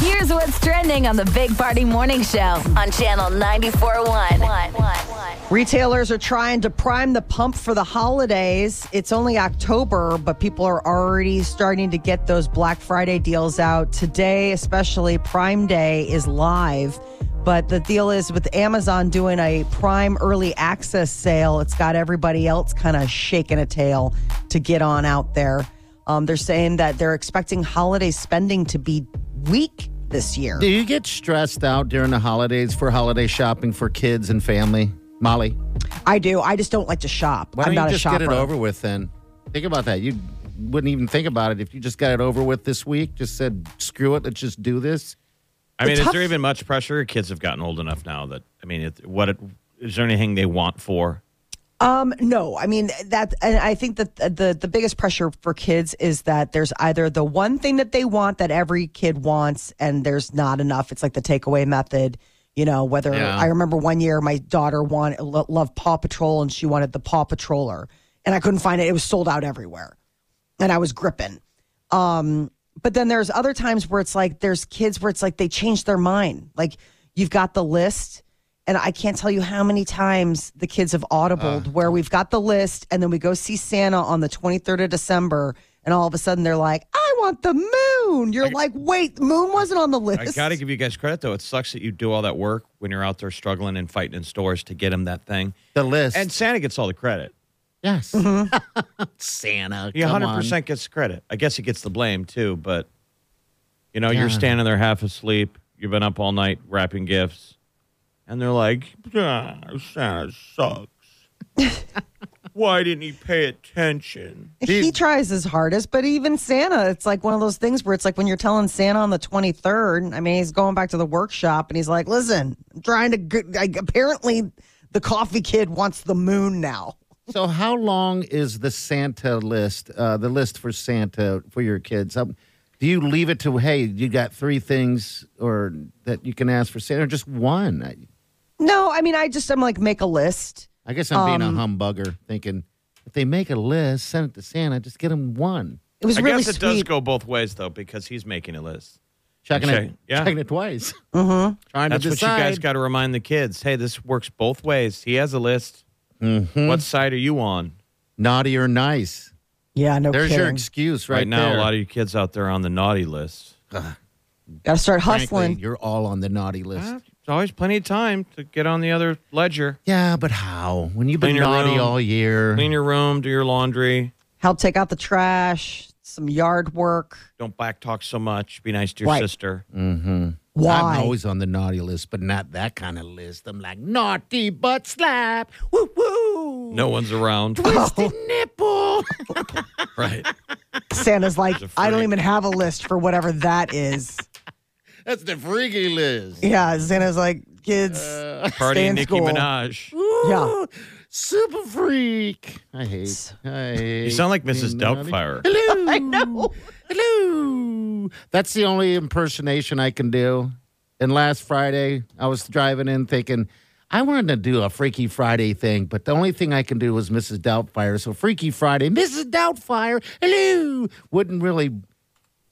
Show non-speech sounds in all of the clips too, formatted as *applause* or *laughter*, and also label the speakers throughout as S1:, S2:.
S1: Here's what's trending on the Big Party Morning Show on Channel 94.1.
S2: Retailers are trying to prime the pump for the holidays. It's only October, but people are already starting to get those Black Friday deals out. Today, especially Prime Day is live. But the deal is with Amazon doing a prime early access sale, it's got everybody else kind of shaking a tail to get on out there. Um, they're saying that they're expecting holiday spending to be weak this year.
S3: Do you get stressed out during the holidays for holiday shopping for kids and family? Molly,
S2: I do. I just don't like to shop.
S3: why
S2: I'm not
S3: don't you
S2: a
S3: just
S2: shopper.
S3: get it over with then? Think about that. You wouldn't even think about it if you just got it over with this week. Just said, screw it, let's just do this.
S4: I mean,
S2: tough-
S4: is there even much pressure? Kids have gotten old enough now that I mean, it, what it, is there anything they want for?
S2: Um, no, I mean that, and I think that the the biggest pressure for kids is that there's either the one thing that they want that every kid wants, and there's not enough. It's like the takeaway method, you know. Whether
S3: Yeah.
S2: I remember one year my daughter wanted lo- loved Paw Patrol, and she wanted the Paw Patroller, and I couldn't find it. It was sold out everywhere, and I was gripping. Um, but then there's other times where it's like there's kids where it's like they change their mind. Like you've got the list, and I can't tell you how many times the kids have audibled where we've got the list, and then we go see Santa on the 23rd of December, and all of a sudden they're like, "I want the moon." You're like, "Wait, the moon wasn't on the list."
S4: I got to give you guys credit though. It sucks that you do all that work when you're out there struggling and fighting in stores to get them that thing.
S3: The list.
S4: And Santa gets all the credit.
S3: yes.
S2: Mm-hmm.
S3: *laughs* Santa.
S4: He 100
S3: come on.
S4: percent gets the credit. I guess he gets the blame too, but you know,
S3: Yeah.
S4: you're standing there half asleep. You've been up all night wrapping gifts, and they're like, "Ah, "Santa
S3: *laughs*
S4: sucks. Why didn't he pay attention?"
S2: he tries his hardest, but even Santa, it's like one of those things where it's like when you're telling Santa on the 23rd, I mean, he's going back to the workshop and he's like, listen, I'm trying to, get, like, apparently the coffee kid wants the moon now.
S3: So, how long is the Santa list, uh, the list for Santa for your kids? Um, do you leave it to, hey, you got three things or that you can ask for Santa, or just one? I,
S2: No, I mean, I just, I'm like, make a list.
S3: I guess I'm being a
S2: Um,
S3: humbugger, thinking if they make a list, send it to Santa, just get him one.
S2: It was
S4: I
S2: really
S4: guess it
S2: sweet.
S4: does go both ways though, because he's making a list.
S3: Checking it,
S4: Okay, yeah.
S3: checking
S2: *laughs*
S3: it twice.
S2: Uh-huh.
S3: Trying
S4: That's
S3: to
S4: what you
S3: decide.
S4: guys got to remind the kids. Hey, this works both ways. He has a list.
S2: Mm-hmm.
S4: What side are you on?
S3: Naughty or nice?
S2: yeah, no
S3: There's your
S2: kidding.
S3: excuse
S4: Right,
S3: right,
S4: now,
S3: there.
S4: a lot of you kids out there on the naughty list.
S2: Gotta start
S3: Frankly,
S2: hustling.
S3: You're all on the naughty list.
S4: There's always plenty of time to get on the other ledger.
S3: Yeah, but how? When you've been
S4: Clean your
S3: naughty
S4: room.
S3: all year,
S4: Clean your room, do your laundry.
S2: Help take out the trash, some yard work.
S4: Don't back talk so much. Be nice to your
S2: Right.
S4: sister.
S2: Why?
S3: I'm always on the naughty list, but not that kind of list. I'm like naughty butt slap, woo woo,
S4: No
S2: *laughs*
S4: one's around.
S3: twisted nipple. *laughs*
S4: right.
S2: Santa's like,
S4: a
S2: I don't
S4: freak.
S2: even have a list for whatever that is.
S3: That's the freaky list.
S2: yeah, Santa's like, kids,
S4: Party
S2: stay in
S4: Nicki
S2: school.
S4: Minaj.
S2: Yeah.
S3: Super freak. I hate. I hate
S4: You sound like
S3: being
S4: Mrs.
S3: naughty.
S4: Doubtfire.
S2: *laughs*
S3: Hello.
S2: I know.
S3: Hello. That's the only impersonation I can do. And last Friday, I was driving in thinking, I wanted to do a Freaky Friday thing, but the only thing I can do was Mrs. Doubtfire. So Freaky Friday, Mrs. Doubtfire, hello, wouldn't really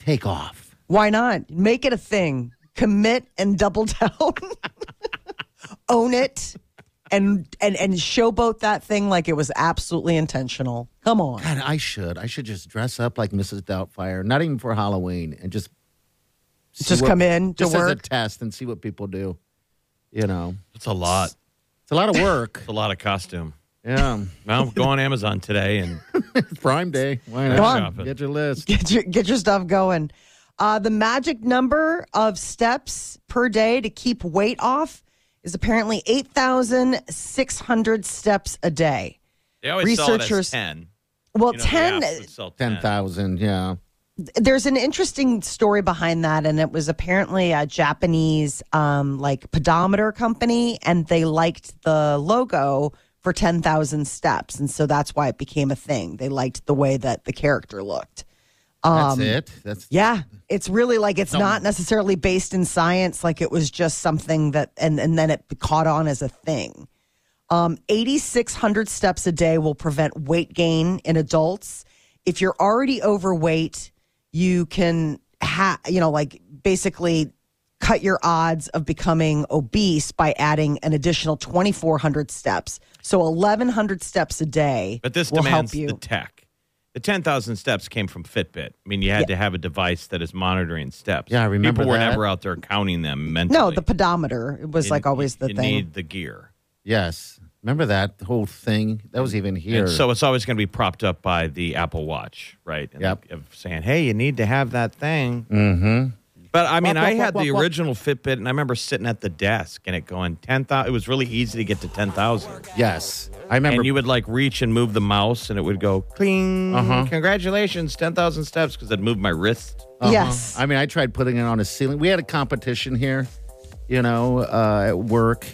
S3: take off.
S2: Why not? Make it a thing. Commit and double down. *laughs* Own it and and and showboat that thing like it was absolutely intentional. Come on.
S3: God, I should. I should just dress up like Mrs. Doubtfire, not even for Halloween, and just see
S2: Just come in to
S3: just as a
S2: work.
S3: test and see what people do. You know,
S4: It's a lot.
S3: it's a lot of
S4: *laughs*
S3: work.
S4: It's a lot of costume.
S3: yeah,
S4: Now go on Amazon
S2: *laughs*
S4: today and
S3: Prime Day. Why
S4: Come
S3: not?
S4: on. Shopping.
S3: Get your list.
S2: Get your get your stuff going. Uh, the magic number of steps per day to keep weight off is apparently 8,600 steps a day.
S4: they always sell it as
S2: Researchers- Oh,
S4: ten.
S2: Well,
S4: You know, the
S2: 10
S4: apps would sell 10.
S3: Ten thousand, yeah.
S2: there's an interesting story behind that, and it was apparently a Japanese um, like pedometer company, and they liked the logo for ten thousand steps, and so that's why it became a thing. They liked the way that the character looked.
S3: That's it. That's
S2: Um, Yeah, it's really like it's not necessarily based in science. Like it was just something that, and and then it caught on as a thing. Um, eighty six hundred steps a day will prevent weight gain in adults. If you're already overweight, you can ha- you know like basically cut your odds of becoming obese by adding an additional twenty four hundred steps. So eleven hundred steps a day.
S4: But this
S2: will
S4: demands
S2: help you.
S4: the tech. The 10,000 steps came from Fitbit. I mean, you had to have a device that is monitoring steps.
S3: Yeah, I remember
S4: People were
S3: that.
S4: never out there counting them mentally.
S2: no, the pedometer was
S4: You-
S2: like always the
S4: you
S2: thing.
S4: need the gear.
S3: yes. Remember that whole thing? That was even here.
S4: And so it's always going to be propped up by the Apple Watch, right? And
S3: Yep.
S4: Of saying, hey, you need to have that thing. Mm-hmm. But I mean,
S2: Wop,
S4: I
S2: wop,
S4: had
S2: wop,
S4: the
S2: wop, wop.
S4: original Fitbit, and I remember sitting at the desk and it going 10,000. It was really easy to get to 10,000.
S3: yes, I remember.
S4: And you would like reach and move the mouse, and it would go cling.
S3: Uh-huh.
S4: Congratulations, 10,000 steps, because I'd move my wrist.
S3: Uh-huh.
S2: Yes.
S3: I mean, I tried putting it on a ceiling. We had a competition here, you know, uh, at work,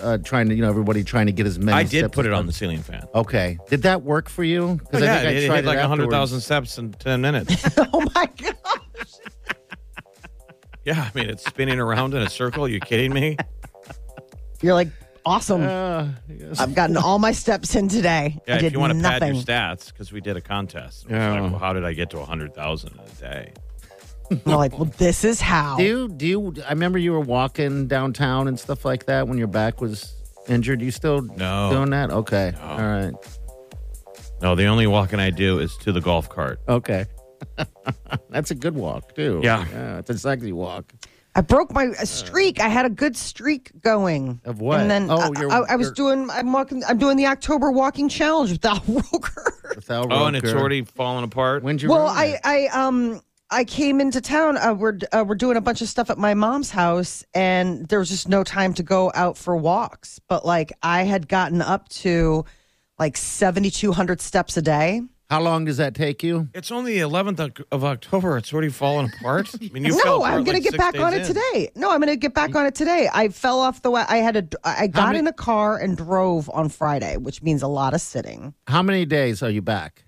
S3: uh, trying to, you know, everybody trying to get as many.
S4: I did
S3: steps
S4: put
S3: as
S4: it on the
S3: possible.
S4: ceiling fan.
S3: Okay. Did that work for you? Because
S4: Oh, yeah, it hit like
S3: it
S4: hundred
S3: afterwards.
S4: thousand steps in ten minutes.
S2: *laughs* oh my god.
S4: yeah, I mean it's spinning around in a circle. Are you kidding
S2: *laughs*
S4: me?
S2: You're like, awesome.
S3: Uh, yes.
S2: I've gotten all my steps in today.
S4: Yeah,
S2: I did
S4: if you want to pad
S2: nothing.
S4: your stats, because we did a contest. And
S3: Yeah.
S4: yeah. like, well, how did I get to hundred thousand in a day?
S2: And I'm like, well, this is how.
S3: do you, do you, I remember you were walking downtown and stuff like that when your back was injured. You still
S4: No.
S3: doing that? Okay. All right.
S4: No, the only walking I do is to the golf cart.
S3: Okay. *laughs* That's a good walk, too.
S4: Yeah.
S3: yeah. It's a sexy walk.
S2: I broke my
S4: Uh.
S2: a streak. I had a good streak going.
S3: Of what?
S2: And then
S3: Oh,
S2: I,
S3: you're-
S2: I, I was
S3: you're-
S2: doing. I'm walking. I'm doing the October walking challenge with Al *laughs*
S4: *laughs*
S2: Roker.
S3: Without
S4: Oh, and it's
S3: Roker.
S4: already falling apart.
S3: When'd you
S2: well,
S3: ruin
S2: I
S3: it?
S2: I um I came into town. Uh, we're uh, we're doing a bunch of stuff at my mom's house, and there was just no time to go out for walks. But like, I had gotten up to like 7,200 steps a day.
S3: How long does that take you?
S4: It's only the eleventh of October. It's already fallen
S2: *laughs*
S4: apart. I mean, you fell
S2: no,
S4: apart
S2: I'm going
S4: like
S2: to get
S4: six
S2: back on
S4: days
S2: it
S4: in.
S2: today. No, I'm going to get back on it today. I fell off the way. I had a. I got
S3: many-
S2: in a car and drove on Friday, which means a lot of sitting.
S3: How many days are you back?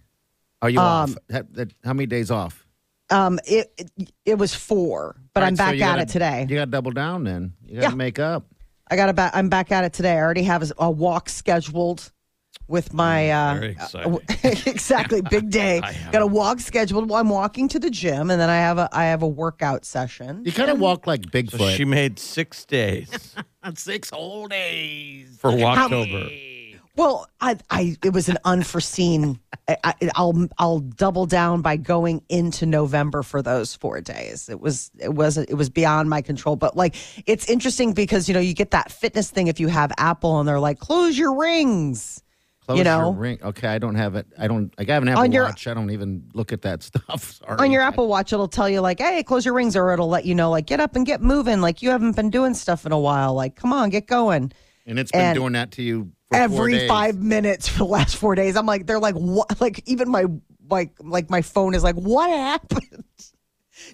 S3: Are you off? Ha- that- How many days off?
S2: Um, it it, it was four, but
S3: All
S2: I'm
S3: right, so
S2: back
S3: you
S2: at
S3: gotta-
S2: it today.
S3: You got to double down then. You got to
S2: Yeah.
S3: make up.
S2: I got about. I'm back at it today. I already have a walk scheduled with my. Uh,
S4: Mm, very exciting.
S2: *laughs* exactly,
S4: *laughs*
S2: big day. Got a walk scheduled. Well, I'm walking to the gym, and then I have a I have a workout session.
S3: You kind of walk like Bigfoot.
S4: So she made six *laughs* days
S3: six whole days.
S4: for October.
S2: Well, I, I it was an unforeseen. I, I, I'll I'll double down by going into November for those four days. It was it wasn't it was beyond my control. But like it's interesting because you know you get that fitness thing if you have Apple and they're like close your rings.
S3: Close
S2: you know.
S3: your ring. Okay, I don't have it. I don't. Like, I haven't have
S2: On
S3: a
S2: your-
S3: watch. I don't even look at that *laughs* stuff. Sorry.
S2: On your Apple Watch, it'll tell you like, "Hey, close your rings," or it'll let you know like, "Get up and get moving." Like you haven't been doing stuff in a while. Like, come on, get going.
S3: and it's been
S2: and
S3: doing that to you for four
S2: every
S3: days.
S2: five minutes for the last four days. I'm like, they're like, what? Like, even my like like my phone is like, what happened?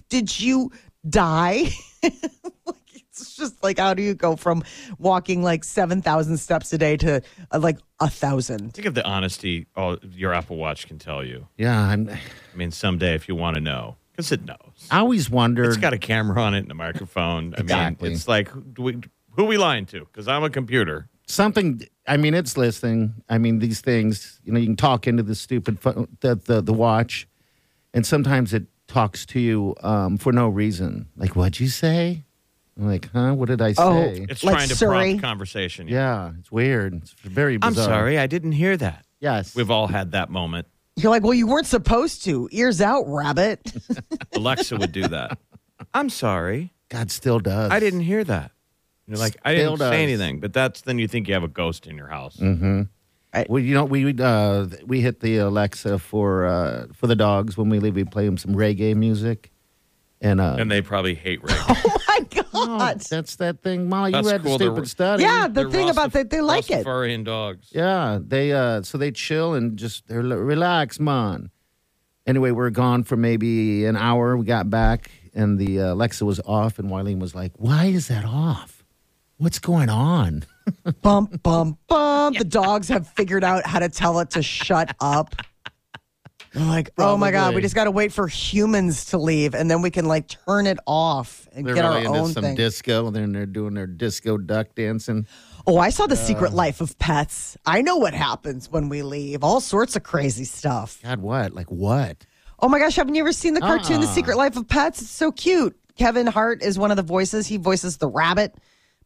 S2: Did you die? *laughs* like, it's just like, how do you go from walking like seven thousand steps a day to uh, like a thousand?
S4: Think of the honesty all your Apple Watch can tell you.
S3: Yeah, I'm,
S4: I mean, someday if you want to know, because it knows.
S3: I always wondered.
S4: It's got a camera on it and a microphone. I
S3: Exactly.
S4: mean, it's like who- do we, who we lying to? Because I'm a computer.
S3: something i mean it's listening i mean these things you know you can talk into the stupid phone the the, the watch and sometimes it talks to you um, for no reason like what'd you say I'm like huh what did i
S2: Oh.
S3: say
S4: It's
S2: Like
S4: trying to
S2: Siri.
S4: prompt conversation.
S3: yeah it's weird it's very
S4: I'm
S3: bizarre
S4: sorry, I didn't hear that.
S3: yes
S4: We've all had that moment.
S2: You're like, well, you weren't supposed to. Ears out, rabbit. *laughs*
S4: Alexa would do that. *laughs* I'm sorry,
S3: god still does
S4: I didn't hear that. You're like, I
S3: Still
S4: didn't
S3: does.
S4: say anything. But that's then you think you have a ghost in your house.
S3: well you know we uh, we hit the alexa for uh, for the dogs when we leave we play them some reggae music and uh
S4: And they probably hate reggae.
S2: oh my
S3: oh,
S2: god.
S3: that's that thing molly
S4: That's
S3: you had
S4: cool.
S3: the
S4: They're-
S3: stupid study
S2: yeah, the
S4: They're
S2: thing about
S4: Rastaf-
S2: that, they like it.
S4: Rastafarian dogs.
S3: Yeah, they uh so they chill and just they're like, relax, man. Anyway, we were gone for maybe an hour. We got back, and the uh, Alexa was off, and Wileen was like, "Why is that off? What's going on?"
S2: Bump, bump, bump. The dogs have figured out how to tell it to shut up. They're like, oh my God,
S3: Probably.
S2: we just got to wait for humans to leave and then we can like turn it off and
S3: They're
S2: get
S3: really
S2: our
S3: into
S2: own
S3: some
S2: thing.
S3: disco, and then they're doing their disco duck dancing.
S2: oh, I saw The Secret Life of Pets. I know what happens when we leave, all sorts of crazy stuff.
S3: God, what? Like what?
S2: Oh my gosh, haven't you ever seen the cartoon The Secret Life of Pets? It's so cute. Kevin Hart is one of the voices. He voices the rabbit,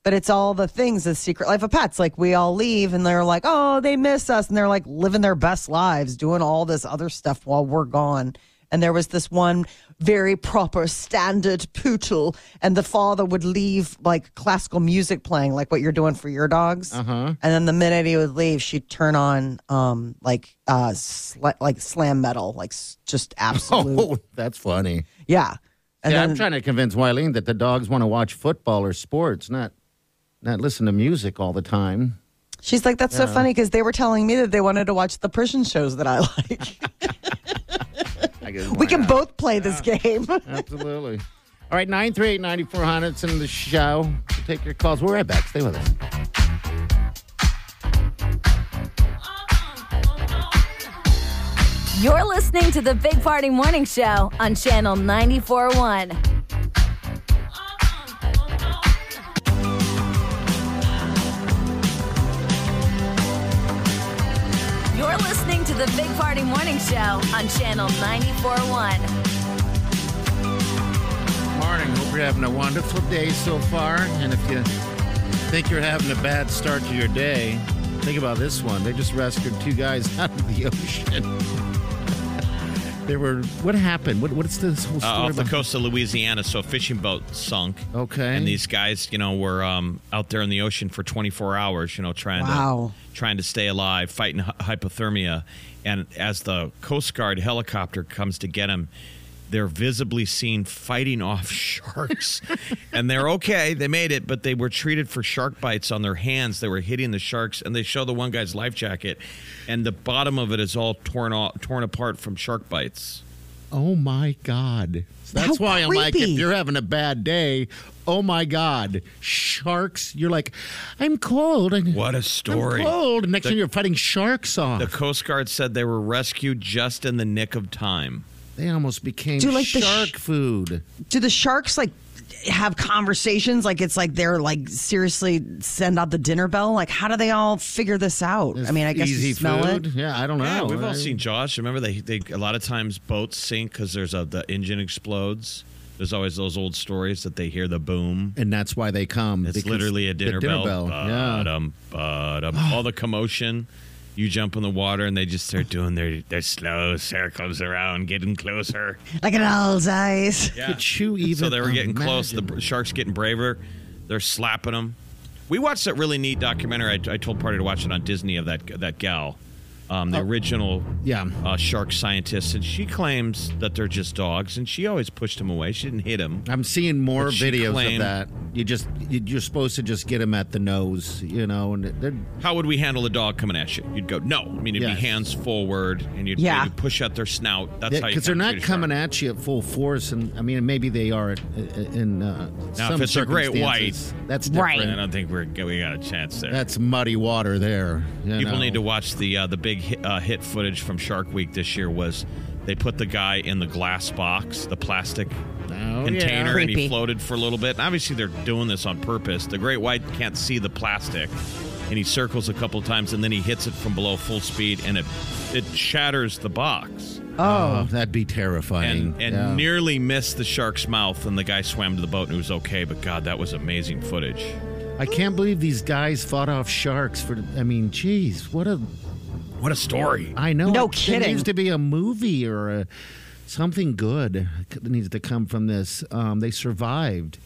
S2: but it's all the things The Secret Life of Pets. Like we all leave and they're like, "Oh, they miss us." And they're like living their best lives, doing all this other stuff while we're gone. And there was this one very proper standard poodle, and the father would leave like classical music playing, like what you're doing for your dogs. Uh-huh. And then the minute he would leave, she'd turn on um, like uh, sl- like slam metal, like s- just absolute
S3: *laughs* Oh, that's funny.
S2: yeah. And
S3: yeah,
S2: then,
S3: I'm trying to convince Wileen that the dogs want to watch football or sports, not not listen to music all the time.
S2: she's like, that's so funny because they were telling me that they wanted to watch the prison shows that I like.
S3: *laughs* I guess
S2: *laughs* we
S3: why
S2: can
S3: not?
S2: both play this game.
S3: Absolutely. *laughs* All right, 938 9400. It's in the show. We'll take your calls. We're right back. Stay with us.
S1: You're listening to the Big Party Morning Show on Channel 941. You're listening to the Big Party Morning Show on Channel 941.
S3: Morning. Hope you're having a wonderful day so far. And if you think you're having a bad start to your day, think about this one. They just rescued two guys *laughs* out of the ocean. they were, what happened? What, what's this whole
S4: Uh,
S3: story?
S4: off the
S3: about-
S4: coast of Louisiana, so a fishing boat sunk.
S3: Okay.
S4: And these guys, you know, were um, out there in the ocean for 24 hours, you know, trying
S2: Wow.
S4: to trying to stay alive, fighting hy- hypothermia. And as the Coast Guard helicopter comes to get them, they're visibly seen fighting off *laughs* sharks. and they're okay, they made it, but they were treated for shark bites on their hands. They were hitting the sharks, and they show the one guy's life jacket, and the bottom of it is all torn off, torn apart from shark bites.
S3: Oh my God. That's
S2: How
S3: why I'm like, if
S2: creepy.
S3: you're having a bad day, oh my God, sharks. You're like, I'm cold. And
S4: What a story.
S3: I'm cold. And next thing you're fighting sharks off.
S4: The Coast Guard said they were rescued just in the nick of time.
S3: they almost became
S2: Do like the sh-
S3: shark food.
S2: Do the sharks like have conversations? Like it's like they're like seriously send out the dinner bell. Like how do they all figure this out? I mean, I guess
S3: Easy
S2: you smell
S3: food.
S2: it.
S3: Yeah, I don't know.
S4: Yeah, we've
S3: I-
S4: all seen Jaws. Remember, they, they a lot of times boats sink because there's a the engine explodes. There's always those old stories that they hear the boom.
S3: And that's why they come.
S4: It's
S3: because
S4: literally a
S3: the
S4: dinner, bell. Uh,
S3: Yeah.
S4: Ba-dum, ba-dum. all the commotion. You jump in the water and they just start doing their their slow circles around, getting closer.
S2: Like an owl's eyes.
S4: Yeah.
S3: Could you even
S4: so they were getting close. The
S3: imagine?
S4: br- sharks getting braver. They're slapping them. We watched that really neat documentary. I, I told Party to watch it on Disney of that that gal, um, the original
S3: Oh. Yeah.
S4: uh, shark scientist, and she claims that they're just dogs, and she always pushed them away. She didn't hit them.
S3: I'm seeing more
S4: But she
S3: videos
S4: claimed-
S3: of that. You just you- you're supposed to just get them at the nose, you know, and they're
S4: How would we handle a dog coming at you? You'd go no. I mean, it'd
S3: Yes.
S4: be hands forward, and you'd,
S2: Yeah.
S4: you'd push out their snout. That's how you
S3: because they're
S4: kinda
S3: not
S4: treat a shark.
S3: coming at you at full force, and I mean maybe they are at, in uh,
S4: Now,
S3: some
S4: if it's a great white-
S3: circumstances. That's
S2: Right.
S3: different.
S4: I don't think we're we got a chance there.
S3: That's muddy water there. you
S4: People
S3: know.
S4: need to watch the uh, the big hit, uh, hit footage from Shark Week this year. Was they put the guy in the glass box, the plastic
S3: Oh,
S4: container,
S3: yeah.
S4: and he
S2: Creepy.
S4: floated for a little bit. And obviously, they're doing this on purpose. The great white can't see the plastic, and he circles a couple times, and then he hits it from below full speed, and it it shatters the box
S3: Oh, that'd be terrifying.
S4: and and
S3: Yeah.
S4: nearly missed the shark's mouth. And the guy swam to the boat and it was okay. But God, that was amazing footage.
S3: I can't believe these guys fought off sharks for. I mean, geez, what a
S4: What a story!
S3: I know.
S2: No
S3: it- There
S2: kidding.
S3: needs to be a movie or a, something good that needs to come from this. Um, they survived.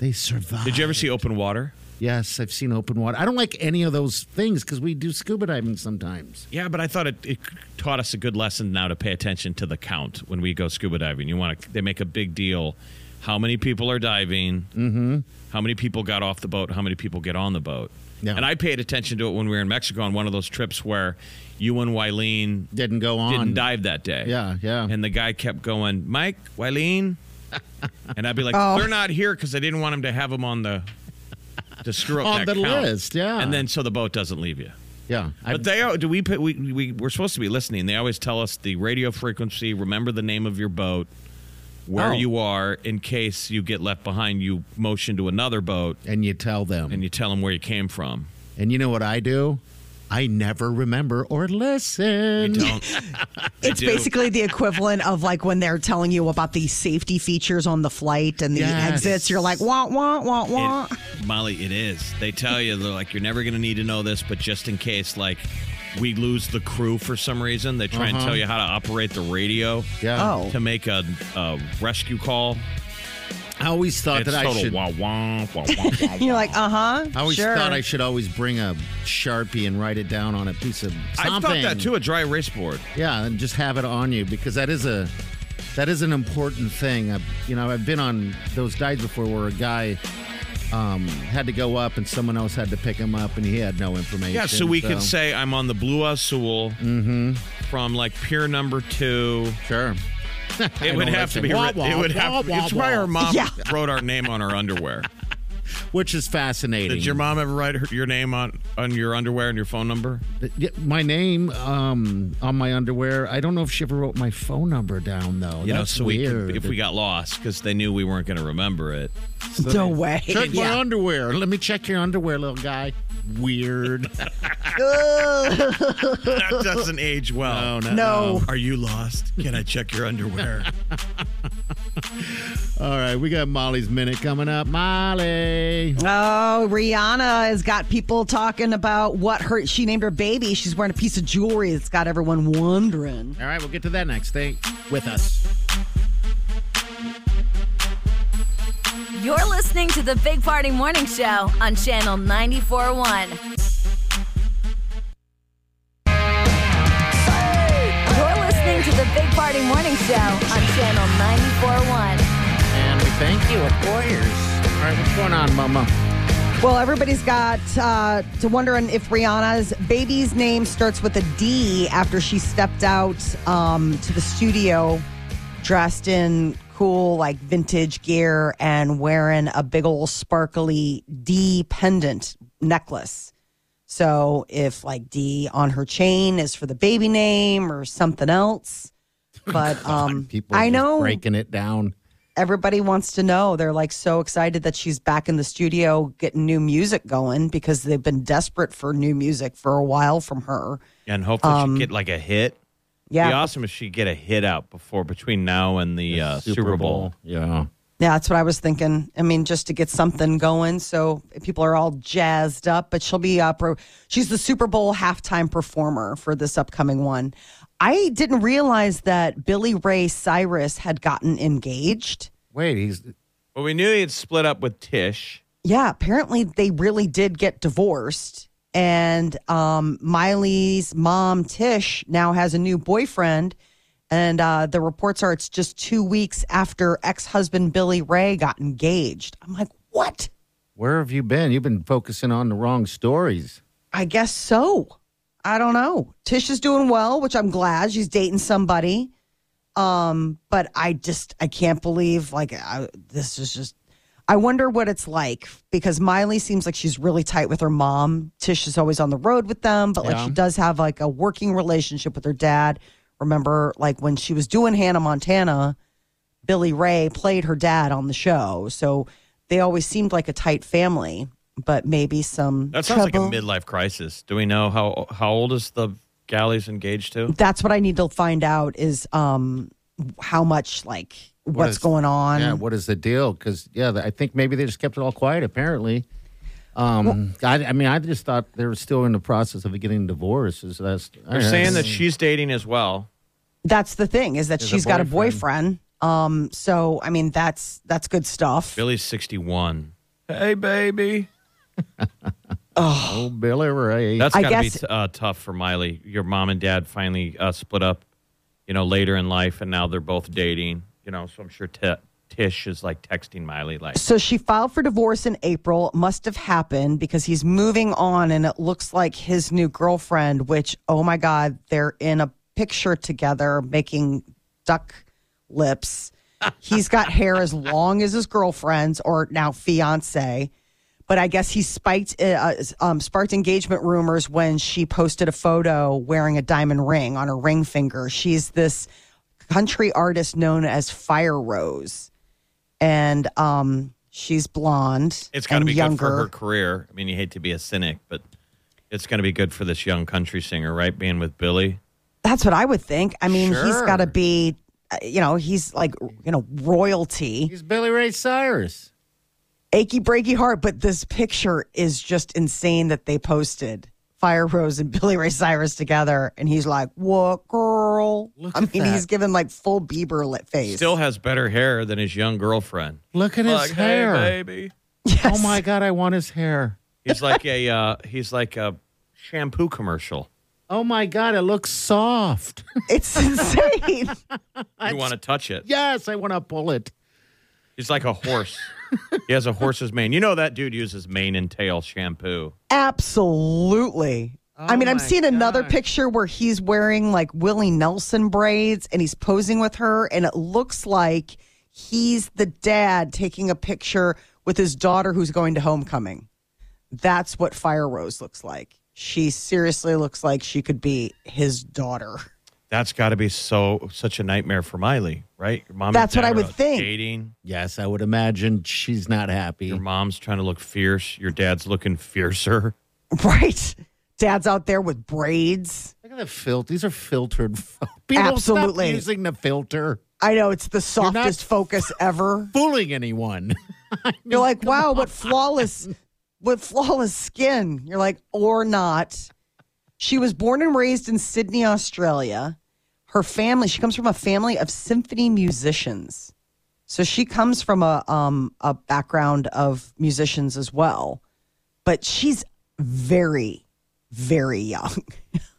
S3: They survived.
S4: Did you ever see Open Water?
S3: Yes, I've seen open water. I don't like any of those things because we do scuba diving sometimes.
S4: Yeah, but I thought it, it taught us a good lesson now to pay attention to the count when we go scuba diving. You want to they make a big deal how many people are diving, mm-hmm. how many people got off the boat, how many people get on the boat.
S3: Yeah.
S4: And I paid attention to it when we were in Mexico on one of those trips where you and Wileen
S3: Didn't go on.
S4: didn't dive that day.
S3: Yeah, yeah.
S4: And the guy kept going, Mike,
S3: *laughs*
S4: Wileen. and I'd be like,
S3: Oh.
S4: they're not here because I didn't want him to have them on the to screw up
S3: On
S4: that
S3: the
S4: count."
S3: list, yeah.
S4: And then so the boat doesn't leave you.
S3: yeah. I-
S4: But they are- do we put we, we we're supposed to be listening. They always tell us the radio frequency. Remember the name of your boat, where
S3: Oh.
S4: you are, in case you get left behind. You motion to another boat
S3: and you tell them.
S4: and you tell them where you came from.
S3: And you know what I do? I never remember or listen.
S4: Don't.
S2: It's
S4: do.
S2: basically the equivalent of like when they're telling you about the safety features on the flight and the
S3: Yes.
S2: exits. You're like, wah, wah, wah, wah.
S4: It- Molly, it is. They tell you they're like you're never going to need to know this, but just in case, like we lose the crew for some reason, they try and tell you how to operate the radio
S3: Yeah.
S2: Oh.
S4: to make a, a rescue call.
S3: I always thought
S4: It's
S3: that I
S4: total
S3: should.
S4: wah wah wah wah. wah.
S2: You're like, uh huh.
S3: I always
S2: sure.
S3: thought I should always bring a sharpie and write it down on a piece of something.
S4: *laughs* I thought that too. A dry erase board.
S3: Yeah, and just have it on you because that is a that is an important thing. I, you know, I've been on those dives before where a guy um, had to go up and someone else had to pick him up and he had no information.
S4: Yeah, so Mm-hmm. we could say I'm on the Blue Azul from like pier number two.
S3: sure.
S4: It would
S3: don't
S4: have to
S3: listen.
S4: be.
S3: Wah,
S4: writ-
S3: wah,
S4: it would
S3: wah,
S4: have.
S3: wah,
S4: it's why
S3: wah.
S4: our mom
S2: Yeah.
S4: wrote our name on our underwear.
S3: which is fascinating.
S4: Did your mom ever write her, your name on on your underwear and your phone number?
S3: Yeah, my name um, on my underwear. I don't know if she ever wrote my phone number down though.
S4: You know,
S3: That's
S4: so
S3: weird.
S4: we could, if we got lost because they knew we weren't going to remember it.
S2: No way.
S3: check my
S2: Yeah.
S3: underwear, let me check your underwear, little guy. Weird.
S4: *laughs* *laughs* That doesn't age well.
S3: no.
S2: No.
S4: Are you lost? Can I check your underwear?
S3: All right, we got Molly's minute coming up. Molly.
S2: Oh, Rihanna has got people talking about what her she named her baby. She's wearing a piece of jewelry that's got everyone wondering.
S3: All right, we'll get to that next. Stay with us.
S1: You're listening to the Big Party Morning Show on Channel 94.1. You're listening to the Big Party Morning Show on Channel 94.1.
S3: And we thank you, of course. All right, what's going on, Mama?
S2: Well, everybody's got uh, to wondering if Rihanna's baby's name starts with a D after she stepped out um, to the studio dressed in cool, like vintage gear and wearing a big old sparkly D pendant necklace. So, if like D on her chain is for the baby name or something else,
S3: *laughs*
S2: but um,
S3: People are
S2: I
S3: just
S2: know
S3: breaking it down.
S2: everybody wants to know. They're like so excited that she's back in the studio getting new music going because they've been desperate for new music for a while from her.
S4: *laughs* and hopefully she get like a hit.
S2: Um, Yeah.
S4: Be awesome if she get a hit out before between now and the uh, Super Bowl.
S3: Yeah.
S2: Yeah, that's what I was thinking. I mean, just to get something going, so people are all jazzed up. But she'll be up. Pro- she's the Super Bowl halftime performer for this upcoming one. I didn't realize that Billy Ray Cyrus had gotten engaged.
S3: Wait, he's
S4: Well, we knew he had split up with Tish.
S2: Yeah, apparently they really did get divorced. And um, Miley's mom, Tish, now has a new boyfriend. And uh, the reports are it's just two weeks after ex husband Billy Ray got engaged. I'm like, what?
S3: where have you been? You've been focusing on the wrong stories.
S2: I guess so. I don't know. Tish is doing well, which I'm glad she's dating somebody. Um, but I just I can't believe like I, this is just. I wonder what it's like because Miley seems like she's really tight with her mom. Tish is always on the road with them, but like
S3: Yeah.
S2: she does have like a working relationship with her dad. Remember, like when she was doing Hannah Montana, Billy Ray played her dad on the show, so they always seemed like a tight family. But maybe some
S4: That sounds
S2: trouble.
S4: like a midlife crisis. Do we know how how old is the gal he's engaged to?
S2: that's what I need to find out is um how much like what's
S3: is-
S2: going on.
S3: Yeah, what is the deal? Because yeah, I think maybe they just kept it all quiet. Apparently, um, I, I mean, I just thought they were still in the process of getting divorced. Is that's
S4: They're saying that she's dating as well.
S2: that's the thing is that
S3: There's a
S2: she's got a boyfriend. Um so I mean that's that's good stuff.
S4: Billy's sixty-one. Hey, baby.
S3: oh Billy Ray.
S4: That's
S2: I
S4: got to be
S2: guess-
S4: t- uh, tough for Miley. Your mom and dad finally uh, split up, you know, later in life, and now they're both dating. You know, so I'm sure T- Tish is like texting Miley, like,
S2: So she filed for divorce in April. Must have happened because he's moving on, and it looks like his new girlfriend. Which, oh my God, they're in a picture together making duck lips. He's got hair as long as his girlfriend's, or now fiance. But I guess he spiked, uh, um, sparked engagement rumors when she posted a photo wearing a diamond ring on her ring finger. She's this country artist known as Fire Rose and um, she's blonde.
S4: it's got to
S2: and
S4: be
S2: younger.
S4: good for her career. I mean, you hate to be a cynic, but it's going to be good for this young country singer, right? Being with Billy.
S2: That's what I would think. I mean, he's
S4: Sure.
S2: got to be, uh, you know, he's like, you know, royalty.
S3: He's Billy Ray Cyrus.
S2: Achy breaky heart, but this picture is just insane that they posted. Fire Rose and *laughs* Billy Ray Cyrus together, and he's like, "What girl?"
S3: Look
S2: I
S3: at
S2: mean,
S3: that.
S2: he's given like full Bieber lit face.
S4: Still has better hair than his young girlfriend.
S3: Look at his
S4: like,
S3: hair.
S4: hey, baby.
S3: Oh my God, I want his hair.
S4: He's like a uh, he's like a shampoo commercial.
S3: Oh my God, it looks soft. *laughs*
S2: it's insane.
S4: You want to touch it?
S3: yes, I want to pull it.
S4: He's like a horse. he has a horse's mane. You know that dude uses mane and tail shampoo.
S2: Absolutely. I mean, I'm
S3: Oh my
S2: seeing another
S3: gosh.
S2: picture where he's wearing like Willie Nelson braids and he's posing with her, and it looks like he's the dad taking a picture with his daughter who's going to homecoming. That's what Fire Rose looks like. She seriously looks like she could be his daughter. *laughs*
S4: That's got to be so such a nightmare for Miley, right? Your mom. and
S2: That's what
S4: dad
S2: I
S4: are
S2: would
S4: out
S2: think.
S4: Dating.
S3: Yes, I would imagine she's not happy.
S4: Your mom's trying to look fierce. Your dad's looking fiercer.
S2: Right? Dad's out there with braids.
S3: Look at the filth. These are filtered. pho- People
S2: Absolutely.
S3: stop using the filter,
S2: I know it's the
S3: not-
S2: softest focus ever.
S3: fooling
S2: *laughs*
S3: anyone.
S2: You're
S3: *laughs*
S2: like, wow, what flawless, what flawless skin. You're like, or not. She was born and raised in Sydney, Australia. Her family, she comes from a family of symphony musicians. So she comes from a um a background of musicians as well. But she's very, very young.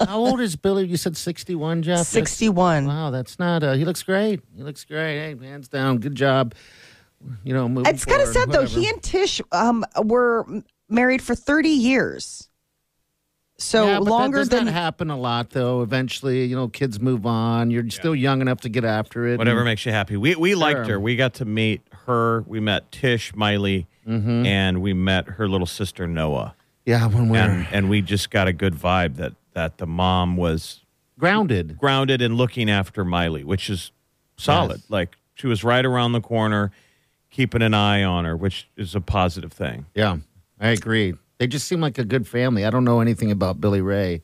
S3: How old is Billy? You said 61, Jeff? *laughs* That's-
S2: 61.
S3: Wow, that's not. Uh, he looks great. He looks great. Hey, hands down. Good job. You know, moving
S2: It's kind of
S3: forward,
S2: sad though.
S3: whatever.
S2: He and Tish um, were m- married for thirty years, so
S3: Yeah, but
S2: longer
S3: that does not
S2: than
S3: happen a lot though. Eventually, you know, kids move on. You're still young enough to get after it.
S2: Mm-hmm.
S4: Whatever
S3: And
S4: makes you happy. We we liked
S3: Sure.
S4: her. We got to meet her. We met Tish Miley,
S2: Mm-hmm.
S4: and we met her little sister Noah.
S3: yeah, when we're
S4: And and we just got a good vibe that that the mom was
S3: grounded.
S4: grounded and looking after Miley, which is solid.
S3: Yes.
S4: Like she was right around the corner, keeping an eye on her, which is a positive thing.
S3: Yeah, I agree. They just seem like a good family. I don't know anything about Billy Ray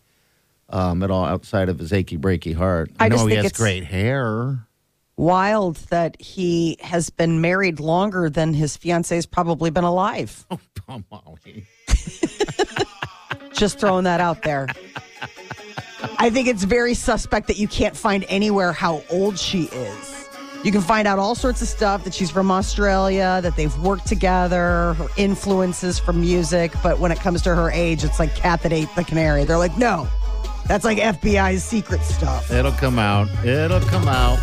S3: um, at all outside of his achy breaky heart. I,
S2: I
S3: know
S2: just
S3: he
S2: think
S3: has
S2: it's-
S3: great hair. *laughs*
S2: wild that he has been married longer than his fiance's probably been alive.
S3: Oh, Molly.
S2: Just throwing that out there. I think it's very suspect that you can't find anywhere how old she is. You can find out all sorts of stuff that she's from Australia, that they've worked together, her influences from music. But when it comes to her age, it's like cat that ate the canary. They're like, no, that's like FBI's secret stuff.
S3: It'll come out. It'll come out.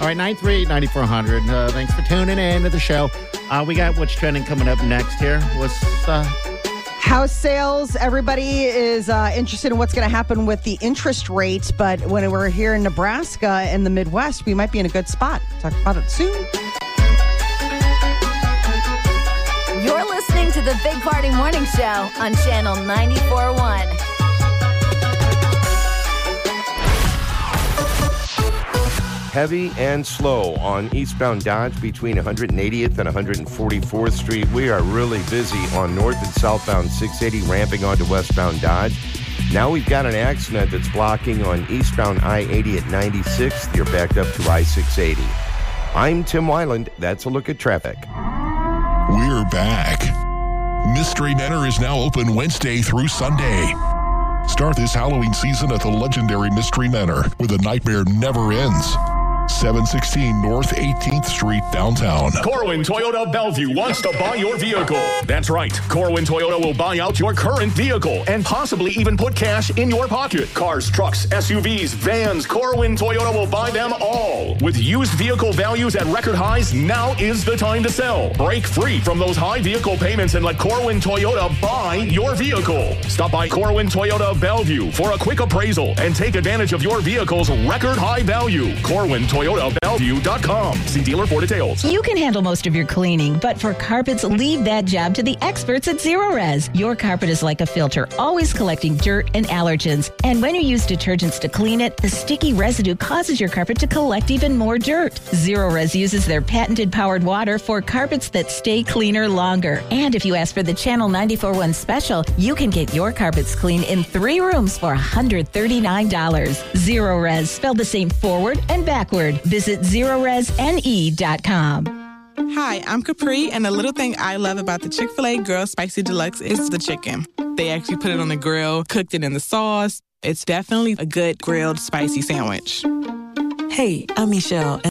S3: All right, 938 9400. Uh, thanks for tuning in to the show. Uh, we got what's trending coming up next here. What's uh,
S2: House sales, everybody is uh, interested in what's going to happen with the interest rates, but when we're here in Nebraska and the Midwest, we might be in a good spot. Talk about it soon.
S1: You're listening to the Big Party Morning Show on Channel 94.1.
S5: Heavy and slow on eastbound Dodge between 180th and 144th Street. We are really busy on north and southbound 680 ramping onto westbound Dodge. Now we've got an accident that's blocking on eastbound I 80 at 96th. You're backed up to I 680. I'm Tim Wyland. That's a look at traffic.
S6: We're back. Mystery Dinner is now open Wednesday through Sunday. Start this Halloween season at the legendary Mystery Manor, where the nightmare never ends. 716 North 18th Street, downtown.
S7: Corwin Toyota Bellevue wants to buy your vehicle. That's right. Corwin Toyota will buy out your current vehicle and possibly even put cash in your pocket. Cars, trucks, SUVs, vans, Corwin Toyota will buy them all. With used vehicle values at record highs, now is the time to sell. Break free from those high vehicle payments and let Corwin Toyota buy your vehicle. Stop by Corwin Toyota Bellevue for a quick appraisal and take advantage of your vehicle's record high value. Corwin Toyota Bellevue.com. See dealer for details.
S1: You can handle most of your cleaning, but for carpets, leave that job to the experts at Zero Res. Your carpet is like a filter, always collecting dirt and allergens. And when you use detergents to clean it, the sticky residue causes your carpet to collect even more dirt. Zero Res uses their patented powered water for carpets that stay cleaner longer. And if you ask for the Channel 941 special, you can get your carpets clean in three rooms for $139. Zero Res, spelled the same forward and backward. Visit zeroresne.com.
S2: Hi, I'm Capri, and the little thing I love about the Chick fil A Girl Spicy Deluxe is the chicken. They actually put it on the grill, cooked it in the sauce. It's definitely a good grilled spicy sandwich.
S8: Hey, I'm Michelle,